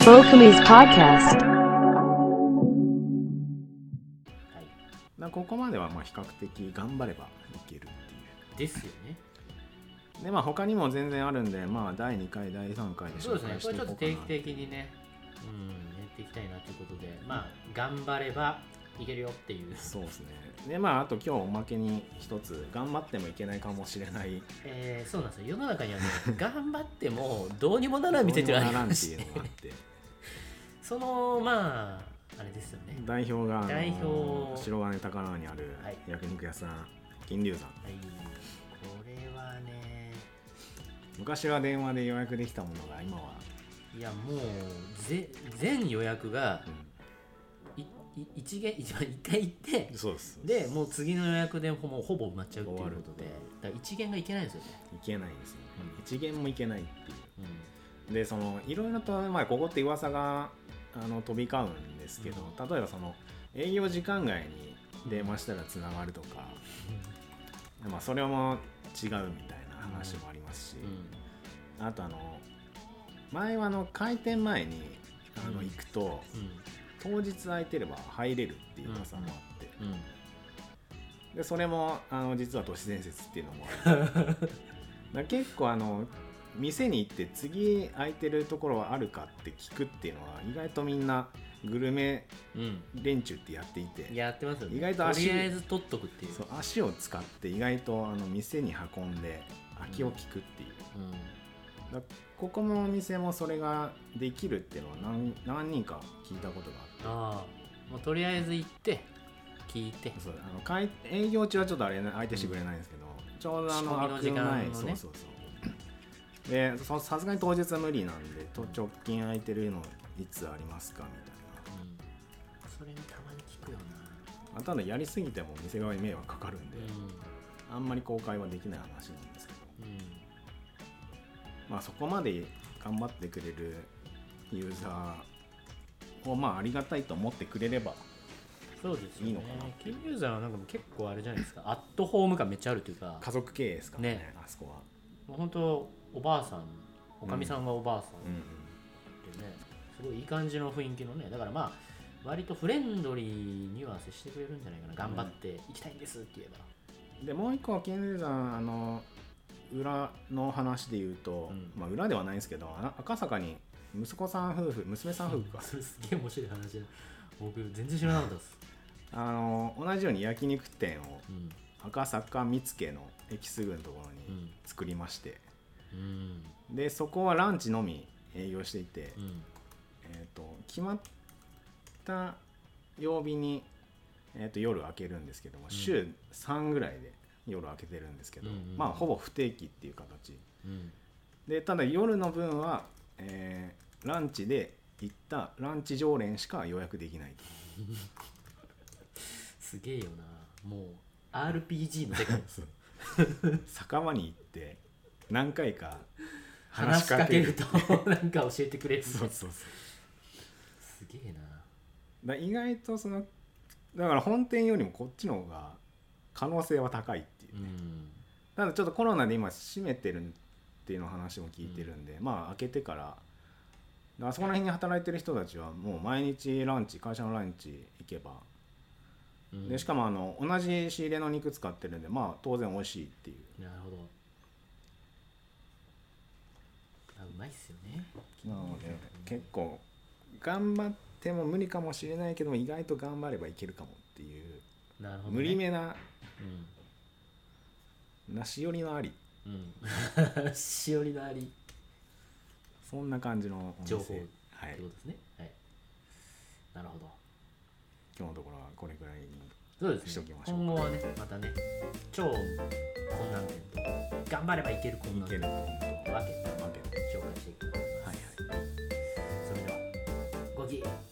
Sofumi's podcast. はい、まあここまではまあ比較的頑張ればいけるっていですよね。うでまあ他にも全然あるんでまあ第2回第3回でそう紹ですね介。こしてれちょっいこうかとな定期的にね、うん、やっていきたいなということで、まあ、頑張ればいけるよっていう。そうですねでまああと今日おまけに一つ頑張ってもいけないかもしれ ないえー、そうなんですよ。世の中 にはね、頑張ってもどうにもならんみたいなのがあなりらまんってしいうてのがあってその、まあ、あれですよね。代表があの代表白金高輪にあるはい焼肉屋さん金龍さんはい、これはね、昔は電話で予約できたものが今は、いや、もう、ぜ全予約がういい一元、一番一回行ってん、、そうですそうで、ですもう次の予約でもうほぼ埋まっちゃうっていうこと終で、わるだから一元がいけないんですよね。いけないですよねうん一元もいけないっていううんでそのいろいろと、まあ、ここって噂があの飛び交うんですけど、例えばその営業時間外に電話したらつながるとか、まあ、それも違うみたいな話もありますし、うあとあの前はあの開店前にあのうん行くと、ん当日空いてれば入れるっていう噂もあって、うんでそれもあの実は都市伝説っていうのもあるだから結構あの店に行って次空いてるところはあるかって聞くっていうのは意外とみんなグルメうん連中ってやっていてうんやってますよね意外と足とりあえず取っとくっていうそう足を使って意外とあの店に運んで空きを聞くっていう、うんだここのお店もそれができるっていうのは何何人か聞いたことがあってああもうとりあえず行って聞いてそうあの開営業中はちょっとあれ相手してくれないんですけど、ちょうどあ仕の込みの時間のね開く前そうそうそうでそさすがに当日は無理なんでと直近空いてるのいつありますかみたうんそれもたまに聞くよないなあただやりすぎても店側に迷惑かかるんで、うあんまり公開はできない話なんですけどんうんまあそこまで頑張ってくれるユーザーをまあありがたいと思ってくれればそうですいいよのかなね金融山はなんかもう結構あれじゃないですかアットホーム感めっちゃあるというか家族経営ですからねねあそこは、もう本当おばあさんおかみさんがおばあさんうんってねすごいいい感じの雰囲気のねだからまあ割とフレンドリーには接してくれるんじゃないかな頑張って行きたいんですって言えば、でもう一個は金龍山あの裏の話で言うと、うんまあ、裏ではないんですけどあ赤坂に息子さん夫婦娘さん夫婦かそれすげえ面白い話だ僕全然知らなかったです、あの同じように焼肉店をうん赤坂見附の駅すぐのところうにん作りまして、うんでそこはランチのみ営業していて、うんえー、と決まった曜日に、えー、と夜開けるんですけども、ん週3ぐらいで夜開けてるんですけど、うんうんうんまあほぼ不定期っていう形うんでただ夜の分は、えーランチで行ったランチ常連しか予約できないとすげえよなもう RPG の世界です酒場に行って何回か話しかける話しとなんか教えてくれるかけるそうそうそうすげえなだ意外とそのだから本店よりもこっちの方が可能性は高いっていうう、んただちょっとコロナで今閉めてるっていうの話も聞いてるんで、まあ開けてからであそこら辺に働いてる人たちはもう毎日ランチ会社のランチ行けばうんでしかもあの同じ仕入れの肉使ってるんでまあ当然美味しいっていうなるほどあうまいっすよねなので結構頑張っても無理かもしれないけども意外と頑張ればいけるかもっていうなるほど、ね、無理めなうんなし寄りのありうん、 しおりのありってそんな感じのお店情報はいことですね。はい。なるほど。今日のところはこれぐらいにそうでしすとねきま。しょう今後はね、またね、超困難点と、頑張ればいける困い難け点るとと思分けてうわけで紹介していくと思います。はいはいそれでは、ごきげんよう